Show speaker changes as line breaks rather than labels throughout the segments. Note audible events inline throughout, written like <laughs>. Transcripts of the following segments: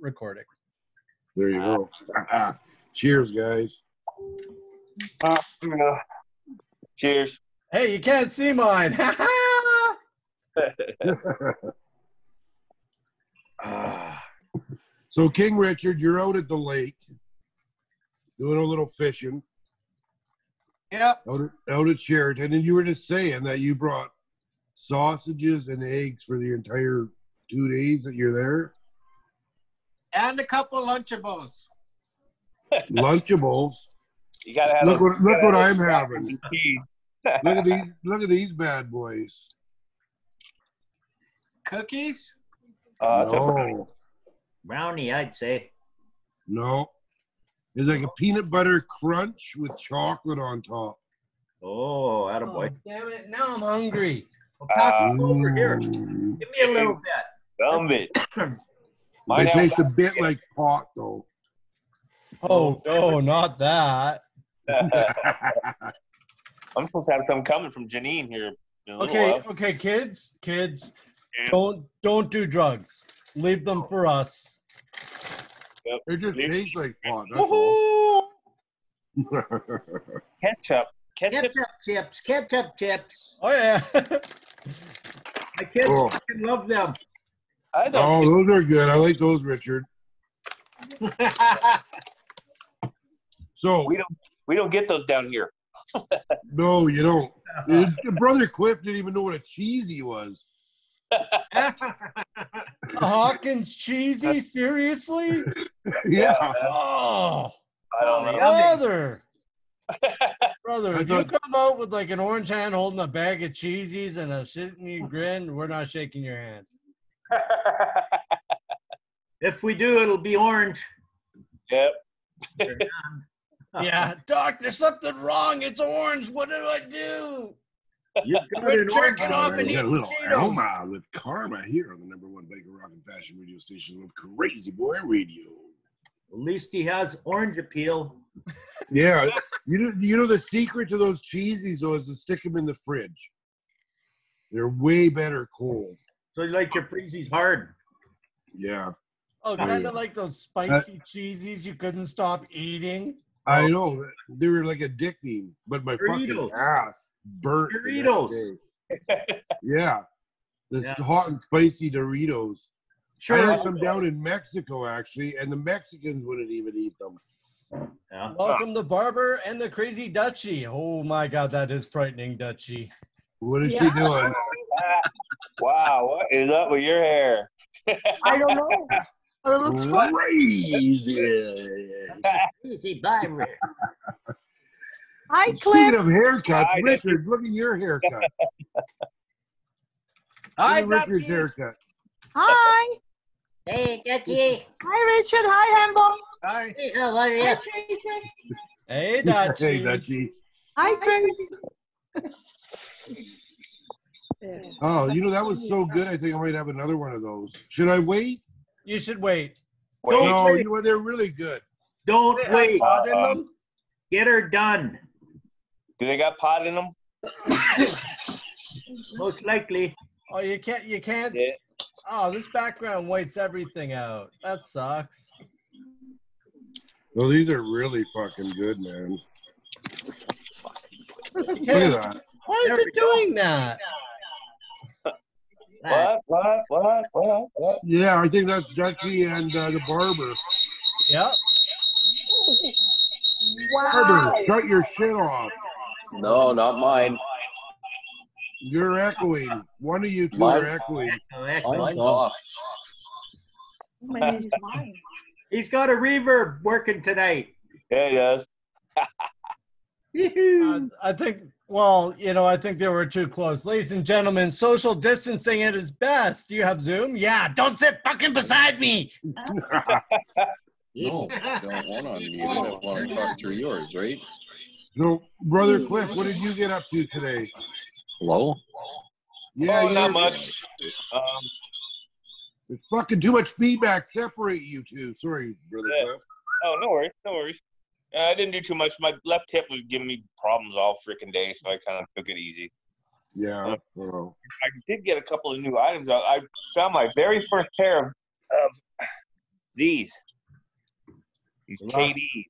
recording.
There you go. <laughs> Cheers, guys.
Cheers.
Hey, you can't see mine. <laughs> Ha ha!
Ah. so, King Richard, you're out at the lake doing a little fishing
Yep.
out, at- out at Sheraton, and you were just saying that you brought sausages and eggs for the entire two days that you're there.
And a couple Lunchables.
Lunchables.
You gotta have.
Look
a-
what- look
gotta
what I'm
have a-
having. Look at these. Look at these bad boys.
Cookies?
Uh, it's a brownie.
no,
Brownie, I'd say.
no. It's like a peanut butter crunch with chocolate on top.
Oh,
Oh,
attaboy.
damn it! Now I'm hungry.
Well, pass
Uh,
it over here.
Mm.
Give me a little bit.
Dumb
<laughs>
it. <laughs>
They
Mine have
taste a bit like pot, though. <laughs>
Oh no, not that.
I'm supposed to have some coming from Janine here. in a little
Okay,
while.
okay, kids, kids,
Yeah.
don't don't do drugs. Leave them for us.
It just
Maybe-
tastes like pot. That's all. Oh,
Woohoo!
<laughs>
Ketchup. Ketchup.
Ketchup chips, ketchup chips.
Oh yeah. <laughs>
My kids
Oh.
fucking love <laughs> them.
I don't.
oh, those are good. I like those, Richard. So
We don't. We don't get those down here.
no, you don't. Your Brother Cliff didn't even know what a cheesy was. <laughs>
Hawkins cheesy? Seriously?
Yeah,
Oh,
I don't know.
brother. Brother,
I
if you
thought-
come out with like an orange hand holding a bag of cheesies and a shitting grin, we're not shaking your hand.
If we do, it'll be orange.
yep.
Yeah, Doc, there's something wrong. It's orange. What do I do?
You've got
Quit
an orange.
jerking off
we
and
got a
eating
little
Cheetos.
aroma with karma here on the number one Baker Rock and Fashion radio station with Crazy Boy Radio.
At least he has orange appeal.
Yeah, <laughs> you know, you know the secret to those cheesies though is to stick them in the fridge. They're way better cold.
So you like your freezies hard.
Yeah,
Oh, kind of like those
Uh,
spicy cheesies you couldn't stop eating.
I
Oh.
know they were like addicting, but my fucking
Doritos.
ass burnt. the next
Doritos. <laughs>
day. yeah, the
Yeah.
hot and spicy Doritos.
Sure.
I had some down in Mexico actually, and the Mexicans wouldn't even eat them.
Yeah.
Welcome the barber and the crazy Dutchie. Oh my God, that is frightening, Dutchie.
What is
Yeah.
she
<laughs>
doing?
wow. What is up with your hair?
I don't know. But it looks fun.
Crazy.
Easy Byron.
Hi, Cliff.
Speaking of haircuts,
I-
Richard, look at your
<laughs>
haircut. Look
Hi,
at Richard's
Dutchie.
haircut.
Hi.
Hey, <laughs> Dutchie.
Hi, Richard. Hi, Hembo.
Hi.
Hey, how are
Hi,
you?
Tracy.
Hey,
<laughs> Hey,
Dutchie.
Dutchie.
Hi,
<laughs>
Crazy.
Oh, you know that was so good. I think I might have another one of those. Should I wait?
You should wait.
Wait.
Don't
no,
wait.
you know, they're really good.
Don't wait.
Hot in
Uh,
them?
Get her done.
Do they got pot in them?
Most likely.
Oh, you can't. You can't.
Yeah.
Oh, this background whites everything out. That sucks.
Well, these are really fucking good, man. Look at that.
Why is
There we
it doing that?
What? What? What? What? What?
Yeah, I think that's Dutchie and uh, the barber.
Yep.
Wow. Oh,
Barber, shut your shit off.
No, not mine.
You're echoing. One of you two
Mine-
are echoing.
Oh,
Mine's
excellent.
off.
My name is mine.
He's got a reverb working tonight.
Yeah, it does.
Uh, I think. Well, you know, I think they were too close, ladies and gentlemen. Social distancing at its best. Do you have Zoom? Yeah. Don't sit fucking beside me.
No, I don't want to unmute it. I want to talk through yours, right?
so, brother Cliff, what did you get up to today?
Hello?
Yeah,
oh, not
yeah.
much. Um,
There's fucking too much feedback. Separate you two. Sorry, brother
Yeah.
Cliff.
oh, no worries. No worries. Uh, I didn't do too much. My left hip was giving me problems all freaking day, so I kind of took it easy.
Yeah. Oh.
I did get a couple of new items. I, I found my very first pair of, of These. These KDs.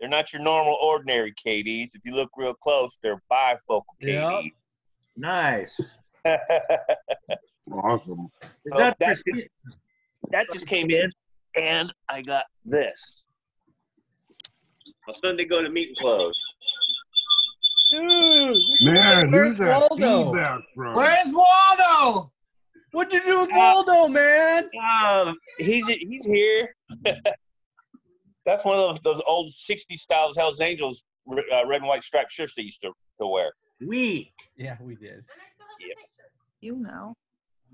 They're not your normal, ordinary KDs. If you look real close, they're bifocal
Yep.
KDs.
Nice.
Awesome.
Is
Oh,
that
that's
for-
<laughs> that just came in, and I got this. My Sunday go to meet and close.
Dude,
Man,
Where's
who's that
Waldo?
feedback from?
Where's Waldo?
what'd you do
Uh,
with Waldo, man?
Um, he's he's here. <laughs> That's one of those old '60s styles Hell's Angels r- uh, red and white striped shirts they used to, to wear.
Wheat.
Yeah, we did.
You know.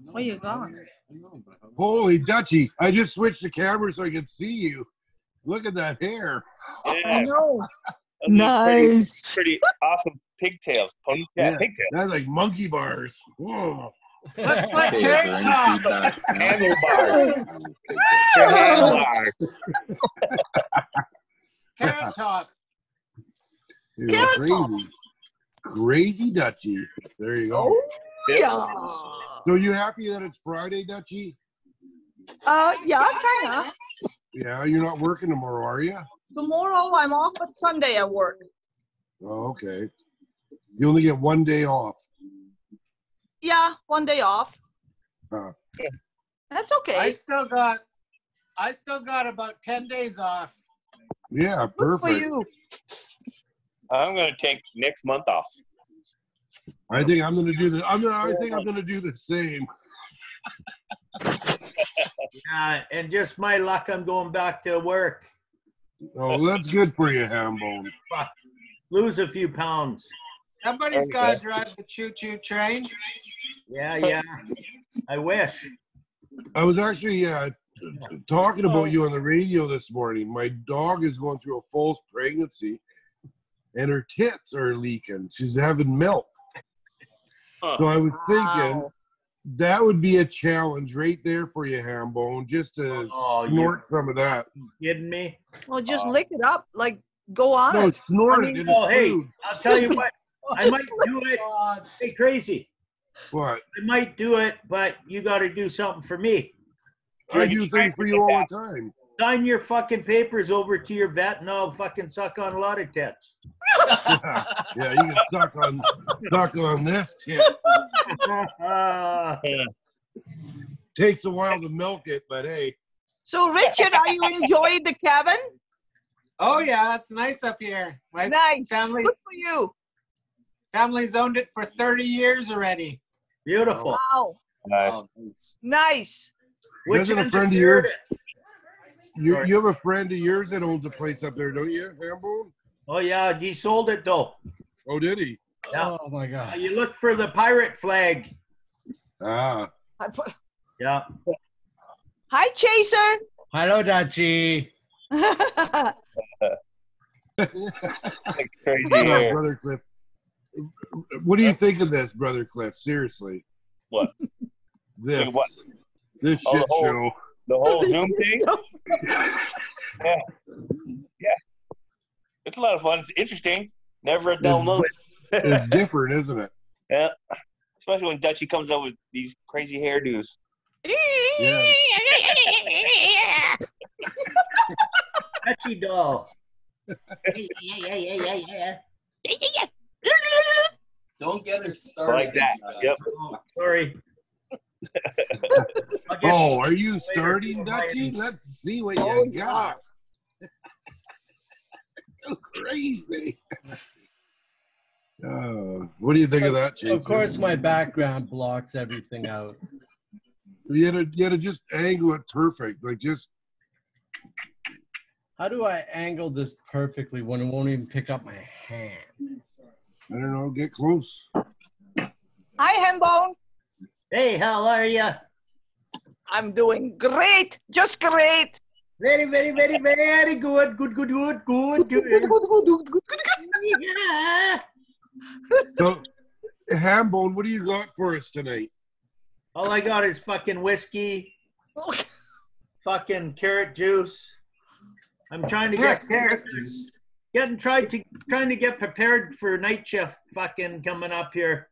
Where you going?
Holy Dutchie, I just switched the camera so I could see you. Look at that hair.
Yeah,
know.
those pretty,
Nice.
pretty awesome pigtails, ponytail,
Yeah.
pigtail,
That's like monkey bars. Whoa.
<laughs>
Looks like
Okay, is there
tank top.
any feedback?
handle bar, handle
Oh,
bar.
Carrot Top.
Dude, crazy. Crazy Dutchie. There you go.
Oh. yeah.
So you happy that it's Friday, Dutchie?
Uh, yeah, kind of.
Yeah, you're not working tomorrow, are you?
Tomorrow I'm off, but Sunday I work.
Oh, okay. You only get one day off.
Yeah, one day off.
Huh.
That's
I
okay.
still got, I still got about ten days off.
Yeah,
Good for
perfect.
you.
I'm gonna take next month off.
I think I'm gonna do the. I'm gonna. I think I'm gonna do the same.
Uh, and just my luck, I'm going back to work.
Oh, well, that's good for you, Hambone.
Fuck. Lose a few pounds.
Somebody's gotta drive the choo-choo train.
Yeah, yeah. I wish.
I was actually uh, t- t- talking
Oh.
about you on the radio this morning. My dog is going through a false pregnancy, and her tits are leaking. She's having milk.
Huh.
So I was thinking
Wow.
that would be a challenge right there for you, Hambone, just to
Oh, you-
snort some of that.
Kidding me?
Well, just
Um,
Uh,
lick it up. Like, go on.
No, snort
I mean-
it. in
Oh,
oh,
hey,
food.
I'll tell you what. I might do it.
God.
Hey, crazy.
But
I might do it, but you got to do something for me.
I
Dude,
do
it's time
things
to
for
get
you all
that.
the time.
Sign your fucking papers over to your vet, and I'll fucking suck on a lot of tits.
yeah,
<laughs>
yeah, you can suck on suck on this tip.
Uh,
Takes a while to milk it, but hey,
So, Richard, are you enjoying the cabin?
Oh yeah, that's nice up here. <laughs> My
Nice.
family-
Good for you.
family's owned it for thirty years already.
beautiful.
Oh.
Wow.
Nice.
<laughs>
Nice.
Which
Doesn't a
one's
friend of
yours?
you,
Sorry.
you have a friend of yours that owns a place up there, don't you, Hambone?
Oh yeah, he sold it though.
Oh, did he?
Yeah.
Oh my
Uh,
god.
You look for the pirate flag.
Ah,
I put-
Yeah.
Hi, Chaser. <laughs>
Hello, Dutchie.
Like crazy
yeah,
hair.
brother Cliff. What do you think of this, brother Cliff? Seriously,
What?
<laughs> This
Think what?
this
Oh,
shit
the whole-
show.
The whole Zoom thing. yeah. Yeah. It's a lot of fun. It's interesting. Never a dull
Mhm.
moment.
It's different, isn't it?
Yeah. Especially when Dutchie comes up with these crazy hairdos.
Yeah.
Catchy doll.
Don't get her started.
Like that. Yep.
Oh, sorry.
<laughs>
I'll get-
Oh, are you starting, Dutchie? Let's see what
Oh,
you got. <laughs> Go crazy. Uh, what do you think of that, Jason?
Of course, my background blocks everything out.
You had to, you had to just angle it perfect, like just
How do I angle this perfectly when it won't even pick up my hand?
I don't know, get close.
Hi, Hambone.
Hey, how are you?
I'm doing great. Just great.
Very, very, very, very good. Good, good, good, good. good. Yeah.
So, Hambone, what do you got for us tonight?
All I got is fucking whiskey, fucking carrot juice. I'm trying to
Yeah,
get getting tried to trying to get prepared for night shift fucking coming up here.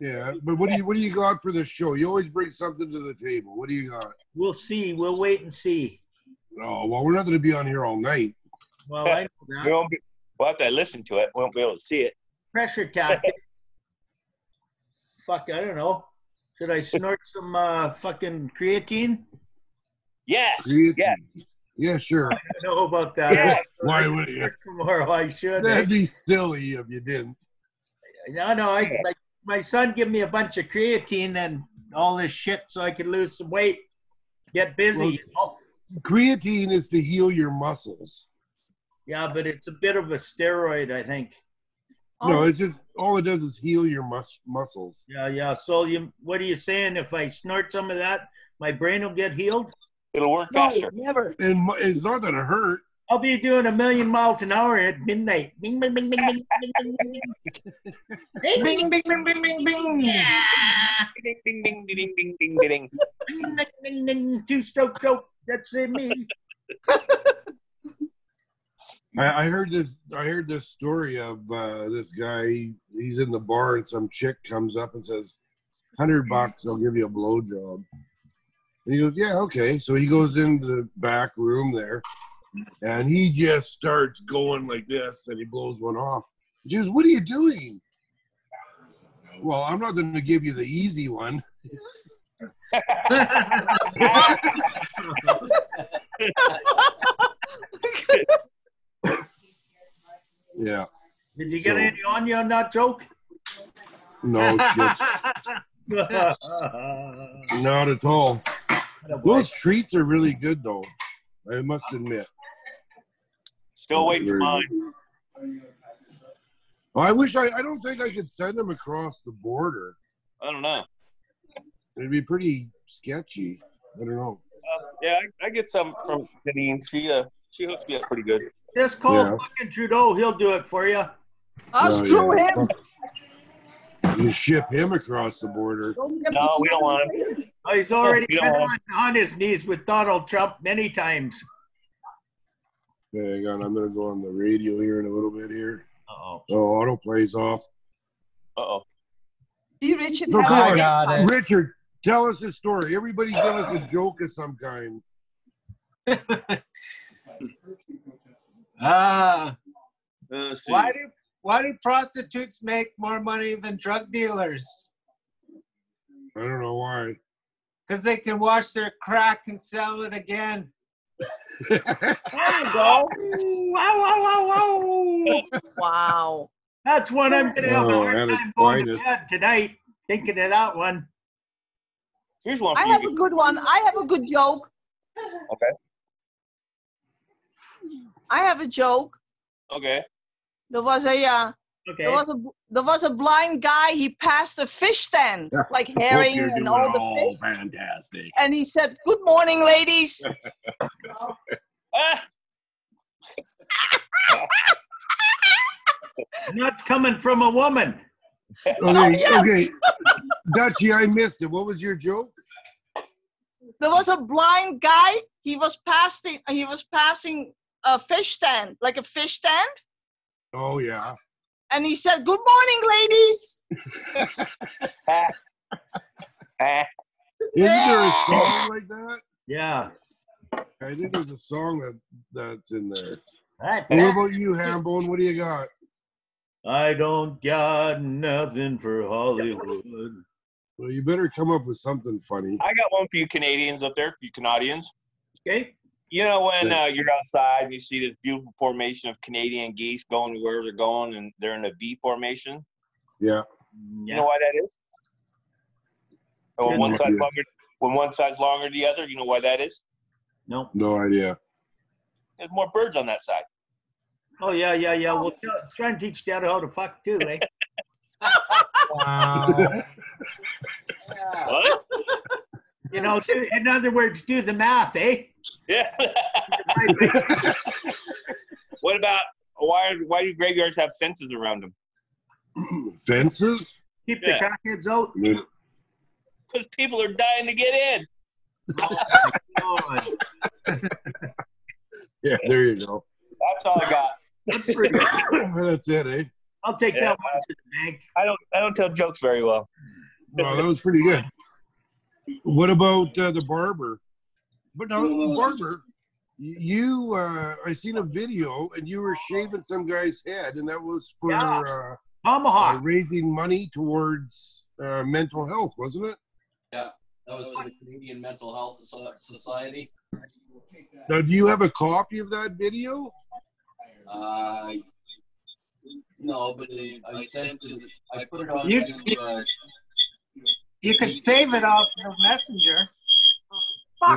Yeah, but what do you what do you got for this show? You always bring something to the table. What do you got?
We'll see. We'll wait and see.
Oh well, we're not going to be on here all night.
Well, I know
We
that.
won't be, we'll have to listen to it. We won't be able to see it.
Pressure tactic. Fuck, I don't know. Should I snort some uh, fucking creatine?
Yes.
See?
Yeah.
Yeah, sure.
I don't know about that.
Yeah.
Why would you?
Tomorrow I should. eh?
That'd be silly if you didn't.
No, no. I, my, my son gave me a bunch of creatine and all this shit so I could lose some weight, get busy.
Well-
you know?
Creatine is to heal your muscles.
Yeah, but it's a bit of a steroid, I think.
No, it's just all it does is heal your mus- muscles.
Yeah, yeah. So you, what are you saying? If I snort some of that, my brain will get healed.
It'll work faster.
never.
And mu- it's not going to hurt.
I'll be doing a million miles an hour at midnight. Bing, bing, bing, bing, bing, bing, bing, bing, bing. Bing, bing, bing, bing, bing, bing.
<laughs> Ding, ding, ding, ding, ding, ding, ding, ding.
Bing, ding, ding, ding. Two stroke dope. That's it, me.
I, I heard this. I heard this story of uh, this guy. He's in the bar, and some chick comes up and says, hundred bucks, I'll give you a blowjob." And he goes, "Yeah, okay." So he goes into the back room there, and he just starts going like this, and he blows one off. She goes, "What are you doing?" Well, I'm not going to give you the easy one. Yeah,
Did you get
So-
any on you on that
<laughs>
joke? <laughs>
no, shit, not at all. Those treats are really good, though. I must admit.
<laughs> Still waiting for mine.
Well, Oh, I wish I, I don't think I could send them across the border.
I don't know.
It'd be pretty sketchy. I don't know.
Uh, Yeah, I, I get some from Janine. She uh, she hooks me up pretty good.
Just call
Yeah.
fucking Trudeau. He'll do it for you.
No,
I'll screw
yeah.
him.
You ship him across the border.
No, we don't want
him.
Oh, he's already
you
been
don't
on, on his knees with Donald Trump many times.
Hang on, I'm gonna go on the radio here in a little bit here.
Uh-oh.
Oh, auto plays off.
Uh oh.
He reached
No, come
I
on.
got it.
Richard, tell us a story. Everybody give us a joke of some kind.
Ah,
Uh, let's see.
why do why do prostitutes make more money than drug dealers?
I don't know why.
Because they can wash their crack and sell it again.
Wow.
That's one I'm going to have a
Oh,
hard
that is
time going to
finest.
bed tonight thinking of that one.
Here's one for
I
you.
have a good one. I have a good joke.
Okay.
I have a joke.
okay.
There was a uh,
Okay.
there was a there was a blind guy. He passed a fish stand, like
Hope
herring
you're
and
doing
all the fish. <laughs>
fantastic.
And he said, "Good morning, ladies."
Ah,
And that's coming from a woman.
Okay,
Oh, yes!
okay. Dutchie, I missed it. What was your joke?
There was a blind guy. He was passing. He was passing a fish stand, like a fish stand,
Oh yeah.
and he said, "Good morning, ladies."
ah.
Isn't there a song like that?
Yeah.
I think there's a song that, that's in there.
I,
What about you, Hambone? What do you got?
I don't got nothing for Hollywood.
Well, you better come up with something funny.
I got one for you Canadians up there, for you Canadians.
Okay.
You know when uh, you're outside and you see this beautiful formation of Canadian geese going to wherever they're going, and they're in a V formation.
Yeah.
You know why that is? And when one
Good.
side's longer, when one side's longer than the other, you know why that is?
No.
No idea.
There's more birds on that side.
Oh, yeah, yeah, yeah. We'll try, try and teach Dad how to fuck too, eh?
Wow.
What?
You know, do, in other words, do the math, eh?
<laughs> Yeah.
<laughs>
what about why? Why do graveyards have fences around them?
Fences? <laughs>
Keep
Yeah.
the crackheads out.
Because people are dying to get in.
God,
Yeah, there you go. <coughs>
That's all I got.
that's pretty.
that's it, eh?
I'll take
Yeah.
that one to the bank.
I don't. I don't tell jokes very well.
Well, that was pretty good. What about uh, the barber? But no, barber. you uh, I seen a video and you were shaving some guy's head, and that was for
Yeah.
uh, uh,
Tomahawk.
raising money towards uh, mental health, wasn't it?
That was for the Canadian Mental Health So- Society.
Now, do you have a copy of that video?
Uh, no, but I- I sent it, I put it on
You-
to, uh,
You could save it off the messenger.
Yeah,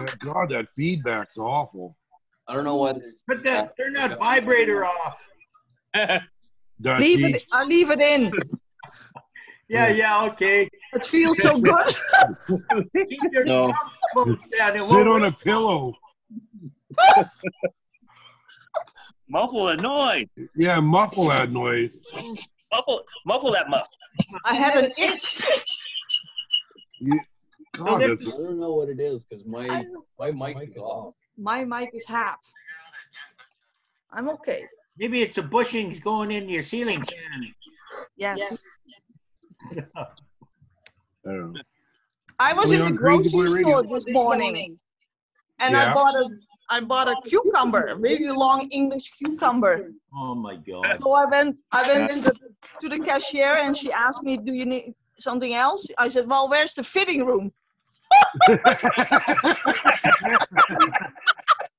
Fuck.
God, that feedback's awful.
I don't know whether. it's-
Put that, turn that vibrator off.
That
Leave it.
heat-
I leave it in.
Yeah, yeah, okay.
It feels so
<laughs>
good.
Keep your
No.
mouth closed, Dan. It
Sit
won't-
on a pillow.
Muffle that noise.
Yeah, muffle that noise.
Muffle, muffle that muff.
I had an itch.
God,
I <laughs>
that's,
don't know what it is, because my,
I-
my mic is off.
my mic is half. I'm okay.
Maybe it's a bushings going into your ceiling fan.
Yes.
I don't know. <laughs>
I was
We
in the
on Crazy Boy
grocery
Radio?
store this morning, and I
Yeah.
bought a I bought a cucumber, a really long English cucumber.
Oh my God.
So I went I went to the, to the cashier, and she asked me, "Do you need something else?" I said, "Well, where's the fitting room?"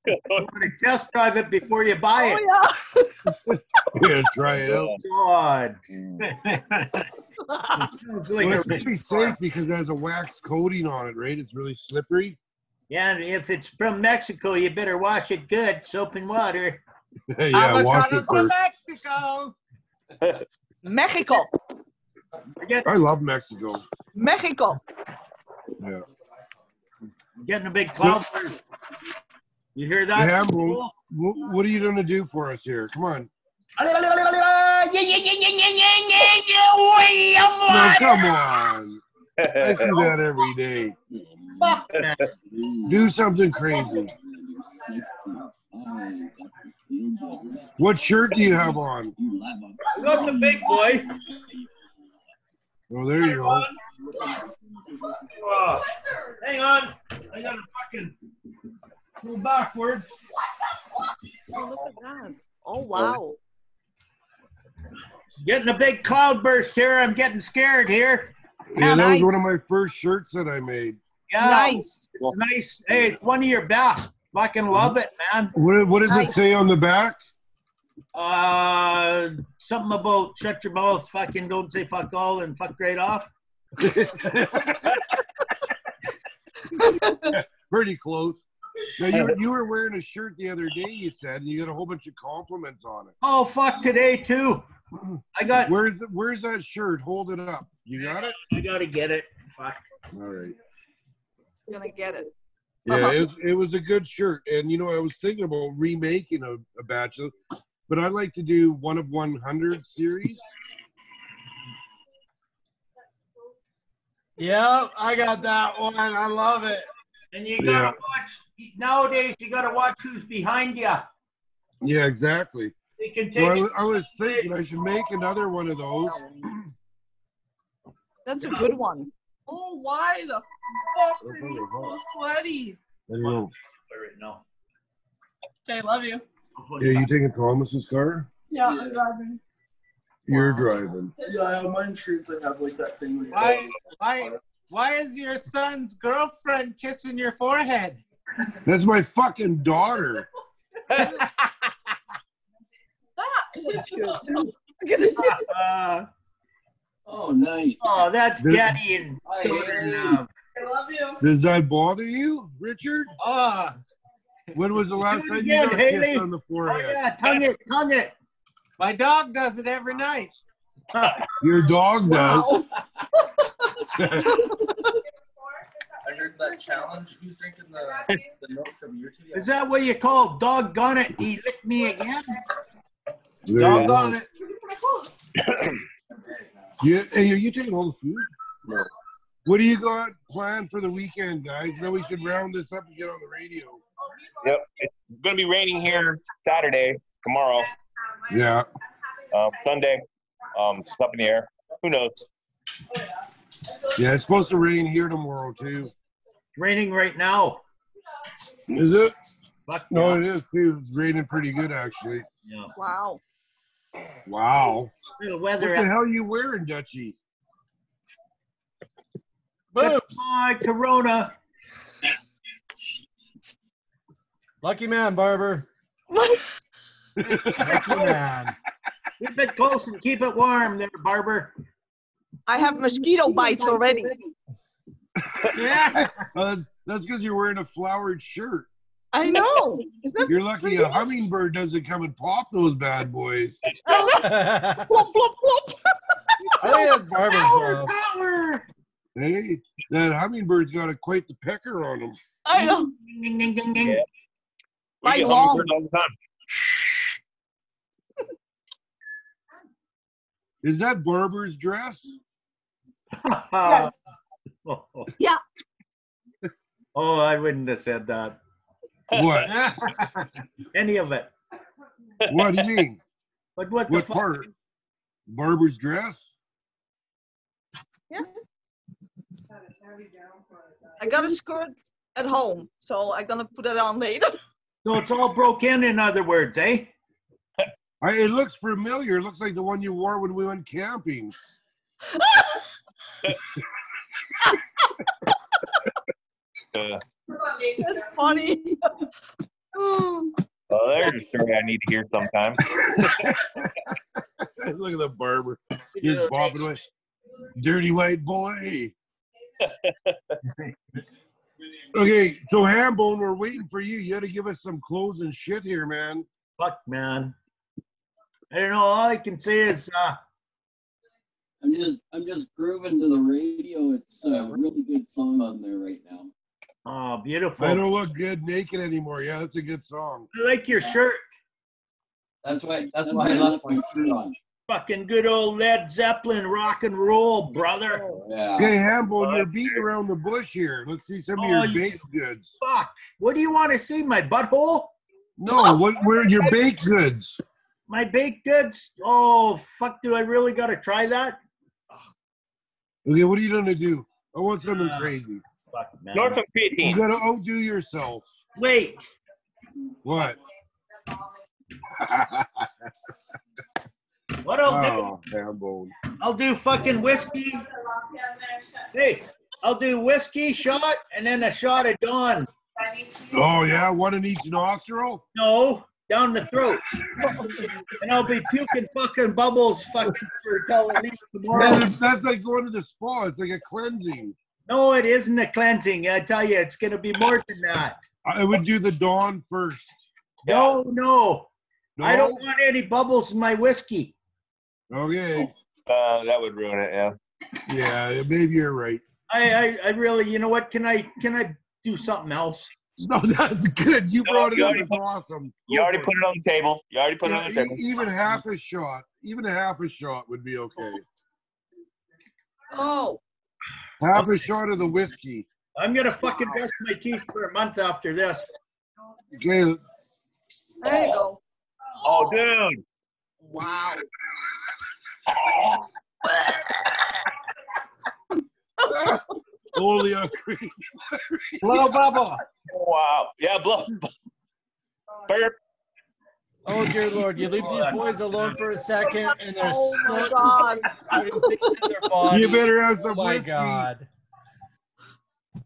I'm gonna test drive it before you buy
Oh
it.
yeah.
yeah, try it out.
God.
Mm.
<laughs> Sounds like
Well,
a
it's pretty safe because it has a wax coating on it, right? It's really slippery. <laughs>
Yeah, and if it's from Mexico, you better wash it good, soap and water.
yeah, wash it
Avocados from
first.
Mexico.
<laughs> Mexico,
Forget
I love Mexico.
Mexico.
Yeah.
getting a big cloud burst. You hear that?
Yeah, bro. Wh- What are you going to do for us here? Come on. No, come on. I see <laughs> that every day.
Fuck that.
Do something crazy. What shirt do you have on?
Not the big boy.
Oh, there you go.
Oh, hang on. I gotta fucking go backwards.
Oh, look at that. Oh wow.
Getting a big cloud burst here. I'm getting scared here.
Yeah, that was
Nice.
one of my first shirts that I made.
Yeah,
Nice.
nice. Hey, it's one of your best.
Mm-hmm.
Fucking love it, man.
What, what does it
Nice.
say on the back?
Uh, something about shut your mouth, fucking don't say fuck all, and fuck right off.
Pretty close. Now, you, <laughs> were- you were wearing a shirt the other day, you said, and you got a whole bunch of compliments on it.
Oh fuck today too. I got.
Where's, where's that shirt? Hold it up. You got it?
I gotta get it. Fuck.
All right.
You're gonna get it.
Yeah,
Uh-huh.
it, it was a good shirt, and you know I was thinking about remaking a, a batch of, but I like to do one of one hundred series.
Yep, I got that one. I love it.
And you gotta watch. Nowadays, you gotta watch who's behind you.
Yeah, exactly.
They can
So I,
take.
was- I was thinking I should make another one of those.
That's a good one.
Oh, why the fuck is he so sweaty?
I don't know.
No.
Okay, love you.
Yeah, you taking Thomas's car?
Yeah, I'm driving.
You're driving.
Yeah, I have mine shirts that have like that thing.
Why, why, why is your son's girlfriend kissing your forehead?
That's my fucking daughter.
<laughs> That.
Sure, too. Look at it.
<laughs> Uh,
Oh, nice.
oh, that's
This-
daddy and uh, daughter-in-law.
I love you. <laughs>
Does that bother you, Richard?
Oh,
When was the last
it
time
again,
you got kissed
Haley.
on the
Oh
forehead?
yeah, tongue it, tongue it.
my dog does it every night.
Your dog does.
Wow.
I heard that challenge. Who's drinking the, the milk from your tea?
Is that what you call doggone it? He licked me again.
There you go.
Doggone it.
You, hey, are you taking all the food?
No.
What do you got planned for the weekend, guys? Now we should round this up and get on the radio.
Yep. It's <laughs> gonna be raining here Saturday, tomorrow,
Yeah.
um, Sunday. Um, it's up in the air. Who knows?
Yeah, it's supposed to rain here tomorrow too.
Raining right now.
Is it?
Fuck
No,
yeah.
it is too. It's raining pretty good actually.
Yeah.
<laughs> <laughs> Wow.
Wow.
The
What
weather
the
out.
hell are you wearing, Dutchie?
Boobs.
My corona.
Lucky man, Barber. Lucky man. <laughs>
Keep it close and keep it warm there, Barber.
I have mosquito bites already.
<laughs> Yeah.
Uh, that's because you're wearing a flowered shirt.
I know. Isn't that
You're lucky a hummingbird doesn't come and pop those bad boys.
I know.
I
Plop, plop, plop.
think that's Barber's job.
Power.
Hey, that hummingbird's got a quite the pecker on him.
I uh, know.
Ding, ding, ding, ding. <laughs>
Yeah. We
Right
get
long.
hummingbirds all the time.
Is that Barber's dress?
Yes. Yeah.
Oh, I wouldn't have said that.
What?
<laughs> Any of it.
What do you mean?
But what the
What
fuck?
part? Barber's dress?
I got a skirt at home, so I'm gonna put it on later. <laughs>
So it's all broke in, in other words, eh?
I, it looks familiar. It looks like the one you wore when we went camping. <laughs>
Uh,
That's <laughs> funny. Oh,
well, there's a story I need to hear sometime.
Look at the barber. He's bopping away. Dirty white boy. okay, so Hambone, we're waiting for you. You got to give us some clothes and shit here, man.
Fuck, man. I don't know. All I can say is, uh,
I'm just I'm just grooving to the radio. It's a really good song on there right now.
oh, beautiful.
I don't
I
look good naked anymore. Yeah, that's a good song.
like your shirt.
That's why that's why I left my shirt on.
Fucking good old Led Zeppelin rock and roll, brother.
Yeah.
Okay, Hambone, you're beating around the bush here. Let's see some of
Oh,
your
you-
baked
<laughs>
goods.
Fuck. What do you want to see? My butthole?
No, what? Where are your baked goods?
My baked goods? Oh, fuck. Do I really got to try that?
Okay, what are you gonna do? I want something
Uh,
crazy.
Fuck, man.
North of
You <laughs>
15.
gotta outdo yourself.
Wait.
What? <laughs>
Oh,
What I'll do?
oh, Hambone.
I'll do fucking whiskey. Hey, I'll do whiskey shot and then a shot of Dawn.
Oh yeah, one in each nostril.
No, down the throat. and I'll be puking fucking bubbles fucking for till at least tomorrow.
Man, that's like going to the spa. It's like a cleansing.
No, it isn't a cleansing. I tell you, it's going to be more than that.
I would do the dawn first.
No, no,
No?
I don't want any bubbles in my whiskey.
Okay.
Uh, that would ruin it, yeah.
Yeah, maybe you're right.
I, I, I really, you know what? Can I, can I do something else?
No, <laughs> that's good. You
No,
brought it
you
up.
already
It's awesome.
You
Go
already
for
put it on the table. You already put it on the
Yeah,
table.
e- even half a shot. Even a half a shot would be okay.
Oh,
Half a shot of the whiskey.
I'm going to fucking brush my teeth for a month after this.
Okay.
there you go.
Oh, dude.
Wow.
Only a <laughs> crazy.
Blow bubble.
Wow. Yeah, blow. Burp.
Oh dear lord, you leave these boys alone for a second and they're
Oh my
snorting
God.
everything
<laughs>
in their body.
You better have some
Oh my
whiskey.
god.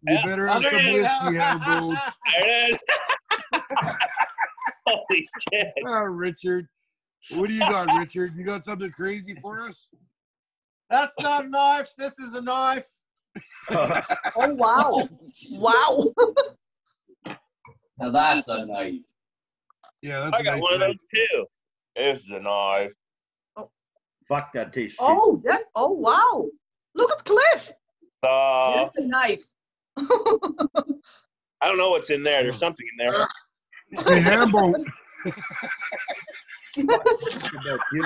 You better have
Other
some
than-
whiskey, Hannibal.
<laughs> There it is. <laughs> Holy shit.
Ah, Richard. What do you got, Richard? You got something crazy for us?
That's not a knife. This is a knife.
Oh,
<laughs>
wow. Wow.
<laughs> Now that's a knife.
Yeah, that's
I
a
got
nice
one of
one.
those too. This is a knife.
Fuck that tastes shit.
Oh, that. Oh, wow. Look at Cliff.
Uh,
That's a knife. <laughs>
I don't know what's in there. There's something in there. Oh,
Hey,
<laughs>
Hambone,
Oh.
about you.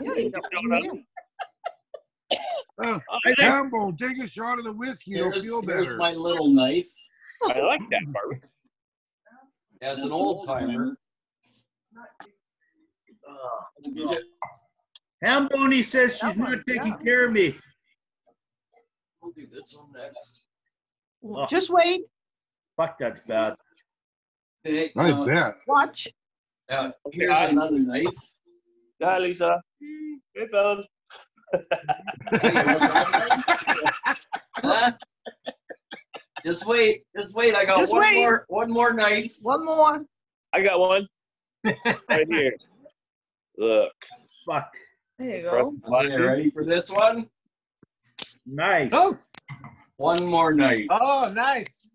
Yeah, you got
Showed
one
up.
here.
uh,
I like-
Hambone, take a shot of the whiskey. You'll
Here's,
feel
here's
better.
my little knife.
I like that, Barbie.
That's an old timer.
Hambone says she's not taking care of me.
We'll do this one next.
Just wait.
Fuck, that's bad.
Okay,
Nice
now-
<laughs>
bet.
Watch.
now, here's
I-
another knife.
Hi, Lisa. Hey, fellas.
<laughs>
Huh? <laughs> Just wait, just wait. I got
Just
one
wait.
more, one more knife.
One more.
I got one right here. Look.
Fuck.
There you
press
go.
button.
Okay, ready for this one?
Nice.
Oh,
One more knife.
oh, nice.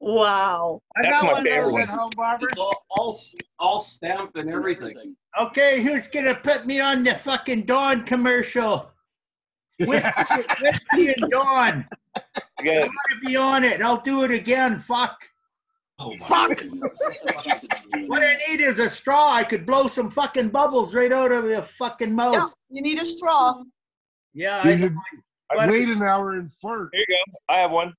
Wow.
I
That's
got
my
one of those
favorite.
at home, Barbara.
It's all, all, s- all stamped and everything.
Okay, who's gonna put me on the fucking Dawn commercial?
<laughs>
Whiskey, whiskey and Dawn.
I got
I want to be on it. I'll do it again. Fuck.
Oh my goodness. <laughs>
What I need is a straw. I could blow some fucking bubbles right out of the fucking
Yeah,
mouth.
you need a straw.
Yeah,
You
I,
should
I-
wait an hour and flirt.
Here you go. I have one.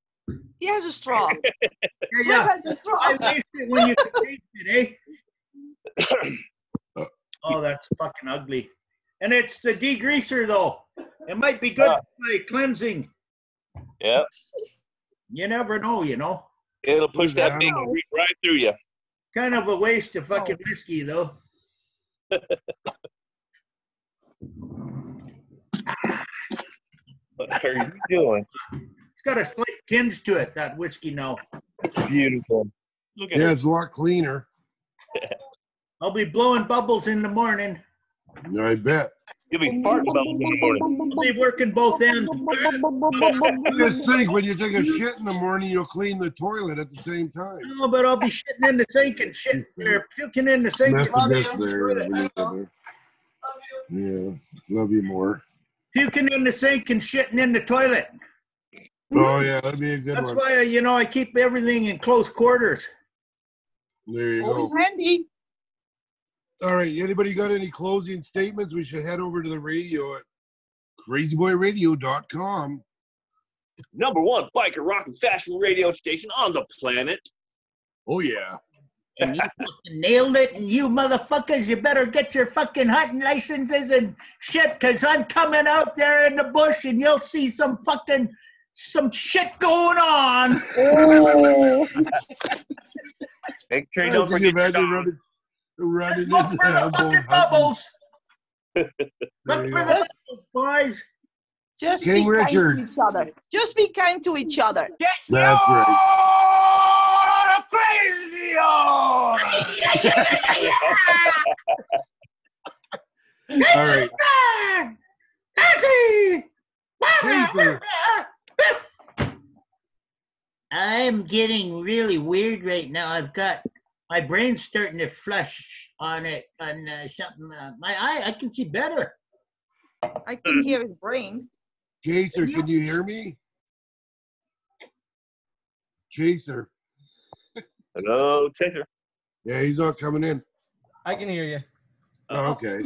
He has a <laughs> straw.
yeah,
<laughs>
Liz
yeah.
has a straw.
I
<laughs>
waste it when you can taste it,
<coughs>
eh? oh, that's fucking ugly. And it's the degreaser though. It might be good for my cleansing.
Yep.
You never know, you know.
It'll push that
Yeah.
big right through you.
Kind of a waste of fucking whiskey though.
What
<laughs>
are you doing?
It's got a slight tinge to it, that whiskey now.
Beautiful. Look at
Yeah,
it.
it's a lot cleaner.
I'll be blowing bubbles in the morning.
Yeah, I bet.
You'll be farting about in the morning.
I'll be working both ends.
Just think when you take a shit in the morning, you'll clean the toilet at the same time.
No, but I'll be shitting in the sink and shitting or puking in the sink.
That's the
and
best there. Yeah, love you more.
Puking in the sink and shitting in the toilet.
Oh yeah, that'd be a good
That's
one.
why, you know, I keep everything in close quarters.
There you
Always
go.
handy.
All right, anybody got any closing statements? We should head over to the radio at crazyboyradio.com.
Number one bike and rock and fashion radio station on the planet.
Oh yeah.
And you fucking nailed it. And you motherfuckers, you better get your fucking hunting licenses and shit, because I'm coming out there in the bush and you'll see some fucking, some shit going on.
Oh.
Make sure you
Can
don't
you
forget your
imagine
dog.
running, running
Let's look
into
for the
Hubble
fucking
Hutton?
bubbles.
There
Look
you
for
go.
the bubbles, boys.
Just
King
be
Richard.
kind to each other. Just be kind to each other.
That's right. All right.
Nancy!
Crazy.
I'm getting really weird right now. I've got my brain's starting to flush on it on uh, something. Uh, my eye, I can see better.
I can hear his brain.
Chaser, can you hear me? Chaser.
<laughs> Hello, Chaser. <laughs>
Yeah, he's not coming in.
I can hear you.
Oh,
<laughs>
okay.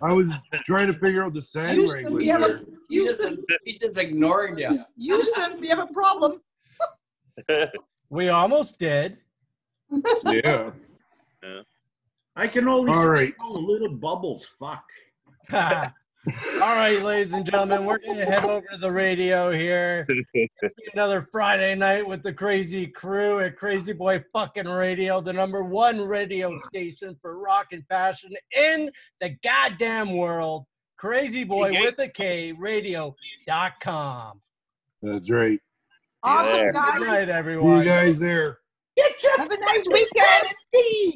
I was trying to figure out the sign
Houston,
language.
we have a
there.
He's just,
Houston,
he's just ignoring you.
Houston, we have a problem.
We almost did. <laughs>
Yeah.
I can only
All right.
see all the little bubbles. Fuck.
All right, ladies and gentlemen, we're going to head over to the radio here. It's been another Friday night with the crazy crew at Crazy Boy Fucking Radio, the number one radio station for rock and fashion in the goddamn world. Crazy Boy with a K radio.com.
That's right.
Awesome,
Yeah.
Good
guys.
night,
See you
everyone.
guys there.
Get your
Have a nice weekend.
feet.